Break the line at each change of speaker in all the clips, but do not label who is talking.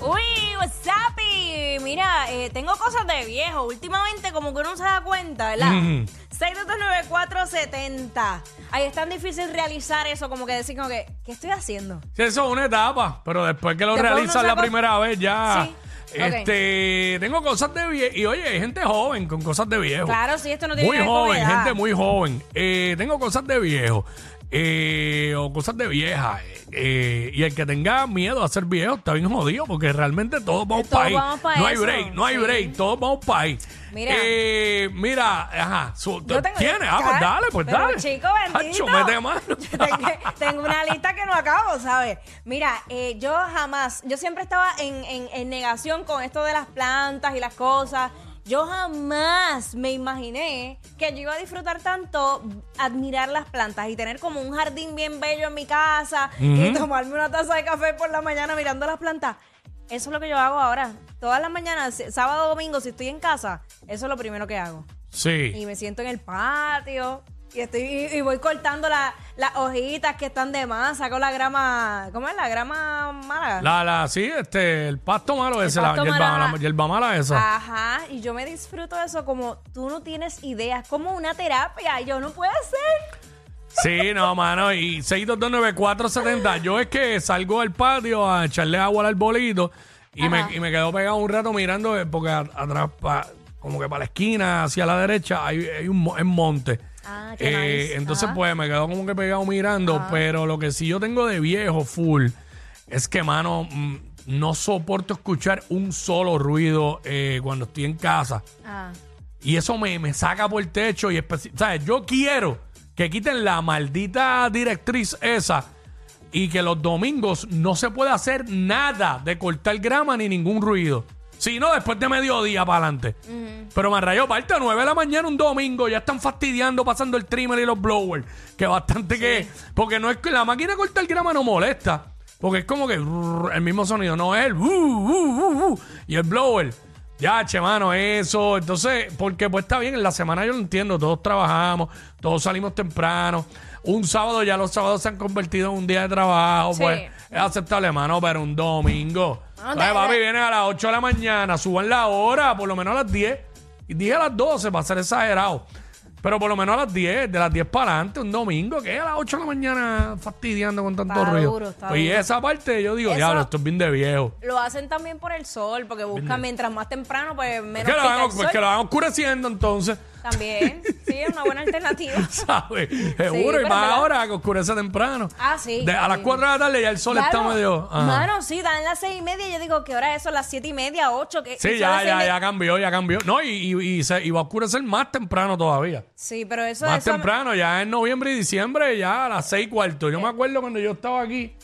Uy, WhatsApp. Mira, eh, tengo cosas de viejo. Últimamente, como que uno se da cuenta, ¿verdad? 6229470. Ahí es tan difícil realizar eso, como que decir, como que, ¿qué estoy haciendo?
Sí, eso es una etapa, pero después que lo
Después uno
realizas la
saca-
primera vez ya.
Sí, ok.
Este, tengo cosas de viejo. Y oye, hay gente joven con cosas de viejo.
Claro, sí, esto no tiene
Muy
que ver con
joven,
edad.
gente muy joven. Eh, tengo cosas de viejo. eh, o cosas de vieja. eh, eh, y el que tenga miedo a ser viejo está bien jodido porque realmente todos vamos
Todos
para ahí.
vamos pa'
no hay
eso,
break, no hay
sí.
break. Todos vamos para ahí.
Mira.
Eh, mira, ajá. su-
Yo tengo-
¿Tienes? Ah, pues
Claro,
dale, pues
pero
dale.
chico, bendito.
Hacho, mete mano.
Tengo- Tengo una lista que no acabo, ¿sabes? Mira, eh, yo jamás, yo siempre estaba en, en- en negación con esto de las plantas y las cosas. Yo jamás me imaginé que yo iba a disfrutar tanto admirar las plantas y tener como un jardín bien bello en mi casa y tomarme una taza de café por la mañana mirando las plantas. Eso es lo que yo hago ahora. Todas las mañanas, sábado, domingo, si estoy en casa, eso es lo primero que hago
Sí.
y me siento en el patio y estoy y, y voy cortando la- las hojitas que están de más, saco la grama, ¿cómo es la grama mala?
La, la, sí, este, el pasto malo ese, la
pasto
yerba,
malo. Ah.
la yerba mala esa.
Ajá, y yo me disfruto de eso como tú no tienes ideas, como una terapia, y yo no puedo hacer.
Sí, no, mano, y 6229470. Yo es que salgo al patio a echarle agua al arbolito y, me, y me quedo pegado un rato mirando, eh, porque a- atrás, pa- como que para la esquina, hacia la derecha, hay, hay un mo- es monte.
Ah, qué nice.
Entonces,
Ajá.
pues me quedo como que pegado mirando, pero lo que sí yo tengo de viejo, full, es que, mano, mm, no soporto escuchar un solo ruido eh, cuando estoy en casa.
Ah,
Y eso me, me saca por el techo. Y especi- ¿sabes? Yo quiero que quiten la maldita directriz esa y que los domingos no se pueda hacer nada de cortar grama ni ningún ruido. Si no, después de mediodía para adelante. Pero me rayó parte a 9 de la mañana un domingo. Ya están fastidiando pasando el trimmer y los blowers. Que bastante que es. Porque no es que la máquina de cortar grama no molesta. Porque es como que rrr, el mismo sonido. No es el. uh, uh, uh, uh, y el blower. Ya, che, mano, eso. Entonces, porque pues está bien, en la semana yo lo entiendo, todos trabajamos, todos salimos temprano. Un sábado ya los sábados se han convertido en un día de trabajo,
Sí.
pues es aceptable, mano, pero un domingo.
No,
Ay,
de-
papi,
de-
vienen a las 8 de la mañana, suban la hora, por lo menos a las 10. Y dije a las 12 para ser exagerado. Pero por lo menos a las 10, de las 10 para adelante, un domingo, que a las 8 de la mañana fastidiando con tanto
Está
ruido.
duro, está
Pues, y
duro.
esa parte yo digo,
Eso-
diablo, esto es bien de viejo.
lo hacen también por el sol, porque buscan mientras más temprano, pues menos
Que lo,
pica
van,
el sol.
pues, que lo van oscureciendo entonces.
También, sí, es una buena alternativa.
¿Sabes? Seguro, y
pero
más
¿verdad?
ahora que oscurece temprano.
Ah, sí,
De- a
sí.
las 4 de la tarde ya el sol
Claro.
está medio. ajá.
Mano, sí, dan las seis y media. Yo digo, ¿qué hora es eso? Las siete y media, ocho. ¿qué-
sí,
son
ya,
las seis y
ya,
media?
ya cambió, ya cambió. No, y, y, y se, y va a oscurecer más temprano todavía.
Sí, pero eso
más
eso-
temprano, ya en noviembre y diciembre, ya a las 6 y cuarto.
Eh.
Yo me acuerdo cuando yo estaba aquí,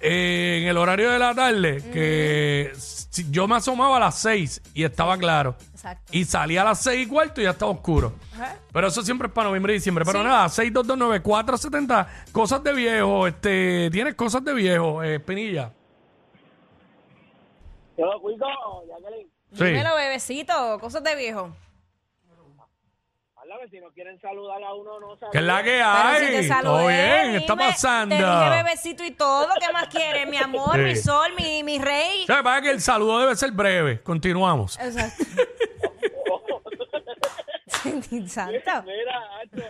eh, en el horario de la tarde, que
Mm.
si- yo me asomaba a las 6 y estaba claro.
Exacto.
Y salía a las 6 y cuarto y ya estaba oscuro.
Ajá.
Pero eso siempre es para noviembre y diciembre. Pero nada, 6229470, cosas de viejo. este Tienes cosas de viejo, eh, Pinilla.
Yo lo cuido, Jacqueline.
Sí.
Dímelo, bebecito, cosas de viejo.
Háblame si no quieren saludar a uno, no saben.
Que es la que
Pero si
hay.
te
Todo
saludé,
bien,
dime,
está pasando.
Te dije bebecito y todo, ¿qué más quieres? Mi amor,
Sí.
mi sol, mi, mi rey.
Lo que pasa es que el saludo debe ser breve. Continuamos.
Exacto. Santo.
Mira, Hacho,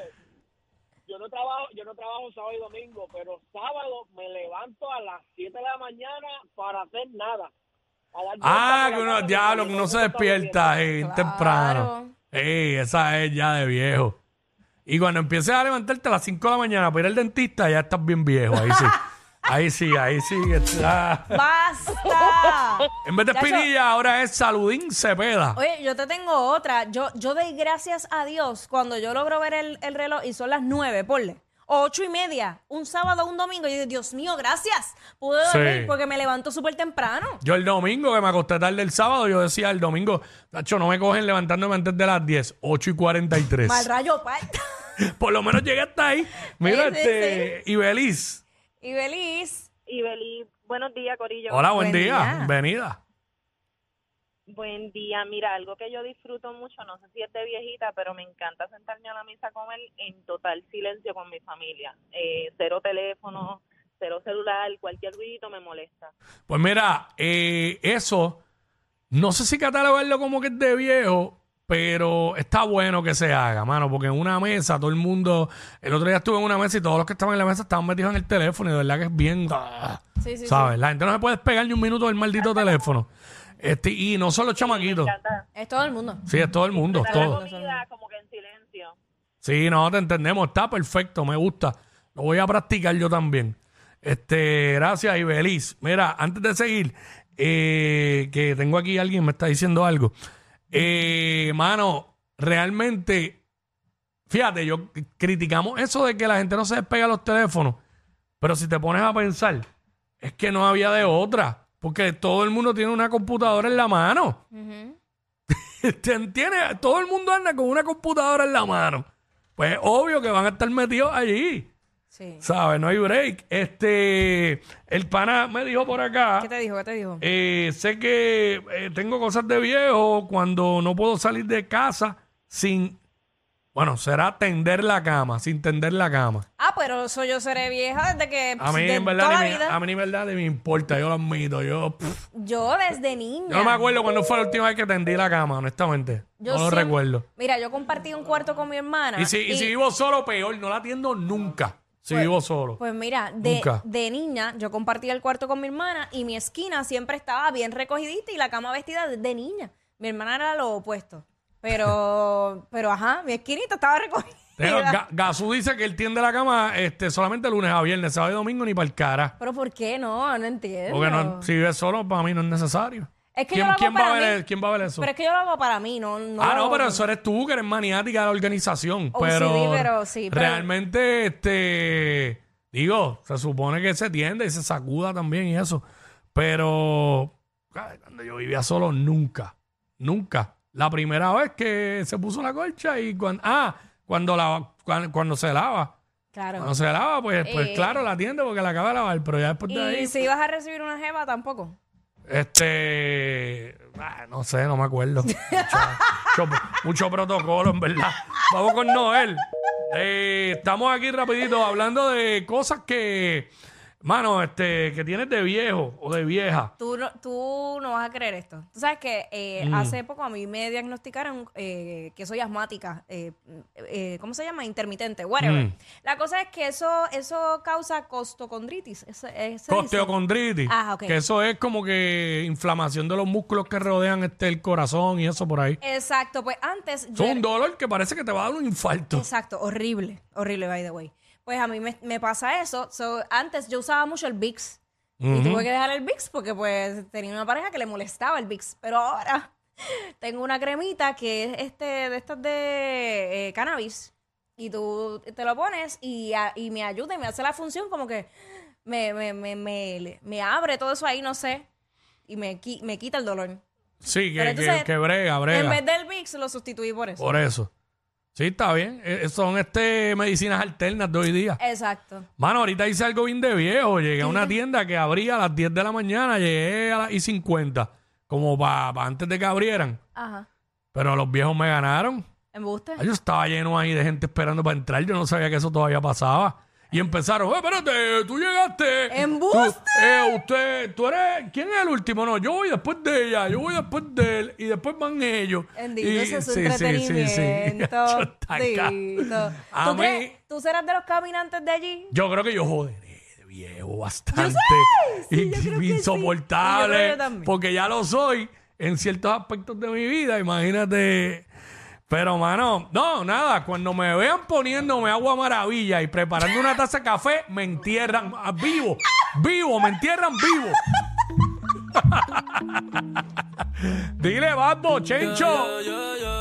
yo no trabajo, yo no trabajo sábado y domingo, pero sábado me levanto a las 7 de la mañana para hacer nada. A dar vueltas
Ah, que
por la
uno,
casa,
diablo,
porque
que uno se
todo el mundo está
despierta eh, temprano. Ey, esa es ya de viejo. Y cuando empieces a levantarte a las 5 de la mañana para ir al dentista, ya estás bien viejo. Ahí sí. ahí sí, ahí sí. está.
¡Basta!
En vez de
Chacho,
espinilla, ahora es Saludín Cepeda.
Oye, yo te tengo otra. Yo, yo doy gracias a Dios cuando yo logro ver el, el reloj y son las nueve, ponle. o ocho y media, un sábado o un domingo. Y yo digo, Dios mío, gracias. Pude dormir
Sí.
porque me levanto súper temprano.
Yo el domingo que me acosté tarde el sábado, yo decía el domingo, tacho, no me cogen levantándome antes de las 10, 8 y 43.
Mal rayo parta.
Por lo menos llegué hasta ahí. Mira,
Sí, sí,
este, Ibeliz.
y Belis,
Ibeli, buenos días, Corillo.
Hola, buen,
Buen
día.
día.
Bienvenida.
Buen día. Mira, algo que yo disfruto mucho, no sé si es de viejita, pero me encanta sentarme a la mesa a comer en total silencio con mi familia. Eh, cero teléfono, cero celular, cualquier ruidito me molesta.
Pues mira, eh, eso, no sé si catalogarlo como que es de viejo, pero está bueno que se haga, mano, porque en una mesa todo el mundo, el otro día estuve en una mesa y todos los que estaban en la mesa estaban metidos en el teléfono y de verdad que es bien... ah,
Sí, sí,
¿Sabes? La gente no se puede despegar ni un minuto del maldito teléfono. Este, y no son los chamaquitos.
Encanta
es todo el mundo.
Sí, es todo el mundo, es
la
todo.
comida como que en silencio.
Sí, no, te entendemos. Está perfecto, me gusta. Lo voy a practicar yo también. Este, gracias, Ibeliz. Mira, antes de seguir, eh, que tengo aquí alguien me está diciendo algo. Eh, mano, realmente, fíjate, yo criticamos eso de que la gente no se despega los teléfonos, pero si te pones a pensar, es que no había de otra, porque todo el mundo tiene una computadora en la mano.
Ujú.
Ten- tiene, todo el mundo anda con una computadora en la mano. Pues obvio que van a estar metidos allí.
Sí.
¿Sabes? No hay break. Este, el pana me dijo por acá.
¿Qué te dijo? ¿Qué te dijo?
eh, sé que eh, tengo cosas de viejo cuando no puedo salir de casa sin. Bueno, será tender la cama, sin tender la cama.
Ah, pero eso yo seré vieja desde que
A mí,
de
en
toda
verdad,
la
ni me,
vida.
a mí, en verdad, ni me importa. Yo lo admito. Yo, pff,
Yo desde niña.
yo no me acuerdo cuando fue la última vez que tendí la cama, honestamente.
Yo
no lo
siempre-
recuerdo.
Mira, yo compartí un cuarto con mi hermana.
Y si, y si vivo solo, peor, no la atiendo nunca. Si vivo solo.
Pues mira, de,
Nunca.
de niña yo compartía el cuarto con mi hermana y mi esquina siempre estaba bien recogidita y la cama vestida de, de niña. Mi hermana era lo opuesto. Pero, pero ajá, mi esquinita estaba recogida.
Pero Ga- Gazú dice que él tiende la cama este, solamente lunes a viernes, sábado y domingo ni para el cara.
Pero ¿por qué no? No entiendo.
Porque no- si vives solo, para mí no es necesario.
Es que
¿Quién,
yo lo hago
quién
para
va a ver,
mí.
quién va a ver eso?
Pero es que yo lo hago para mí, no. no
ah,
lo
no,
hago
pero
para-
eso eres tú que eres maniática de la organización.
OCD,
pero,
pero sí, pero-
realmente, este, digo, se supone que se tiende y se sacuda también y eso. Pero ay, cuando yo vivía solo, nunca, nunca. La primera vez que se puso la colcha y cuando, ah, cuando, la, cuando, cuando se lava.
Claro.
Cuando se lava, pues, pues
Eh.
claro, la atiende porque la acaba de lavar, pero ya después de ahí,
y si ibas a recibir una jeva, tampoco.
este, ah, no sé, no me acuerdo. Mucho, mucho- mucho protocolo, en verdad. Vamos con Noel. Eh, estamos aquí rapidito hablando de cosas que, mano, este, que tienes de viejo o de vieja.
Tú no, tú no vas a creer esto. Tú sabes que eh,
Mm.
hace poco a mí me diagnosticaron eh, que soy asmática. eh, eh, ¿Cómo se llama? Intermitente, whatever.
Mm.
La cosa es que eso eso causa costocondritis. Eso, eso
Costeocondritis.
Ah, ok.
Que eso es como que inflamación de los músculos que rodean este, el corazón y eso por ahí.
dice. Exacto, pues antes...
Es
yo era-
un dolor que parece que te va a dar un infarto.
Exacto, horrible, horrible, by the way. Pues a mí me, me pasa eso. So, antes yo usaba mucho el VIX. Y tuve que dejar el VIX porque pues tenía una pareja que le molestaba el VIX. Pero ahora tengo una cremita que es este, de estas de eh, cannabis. Y tú te lo pones y, a- y me ayuda y me hace la función como que me, me, me, me, me abre todo eso ahí, no sé. Y me, qui- me quita el dolor.
Sí, que,
Pero entonces,
que, que brega, brega.
En vez del VIX lo sustituí por eso.
Por eso. Sí, está bien. Eh, son este medicinas alternas de hoy día.
Exacto.
Mano, ahorita hice algo bien de viejo. Llegué a una tienda que abría a las 10 de la mañana, llegué a las y 50, como para antes de que abrieran.
Ajá.
Pero los viejos me ganaron.
¿Embuste?
Ay, Yo estaba lleno ahí de gente esperando para entrar. Yo no sabía que eso todavía pasaba. Y empezaron, eh, espérate, tú llegaste.
¡Embuste!
Tú- eh, usted, tú eres, ¿quién es el último? No, yo voy después de ella, yo voy después de él, y después van ellos.
Bendito
Y-
sea su
sí, sí, sí, sí.
entretenimiento.
Yo estaba acá.
Bendito.
A
¿Tú,
mí-
crees- ¿Tú serás de los caminantes de allí?
Yo creo que yo joderé de viejo bastante.
sí,
Y-
yo creo
y
que sí.
insoportable.
Yo creo que también.
porque ya lo soy en ciertos aspectos de mi vida, imagínate. Pero, mano, no, nada. Cuando me vean poniéndome agua maravilla y preparando una taza de café, me entierran ah, vivo. Vivo, me entierran vivo. Dile, Babbo, Chencho.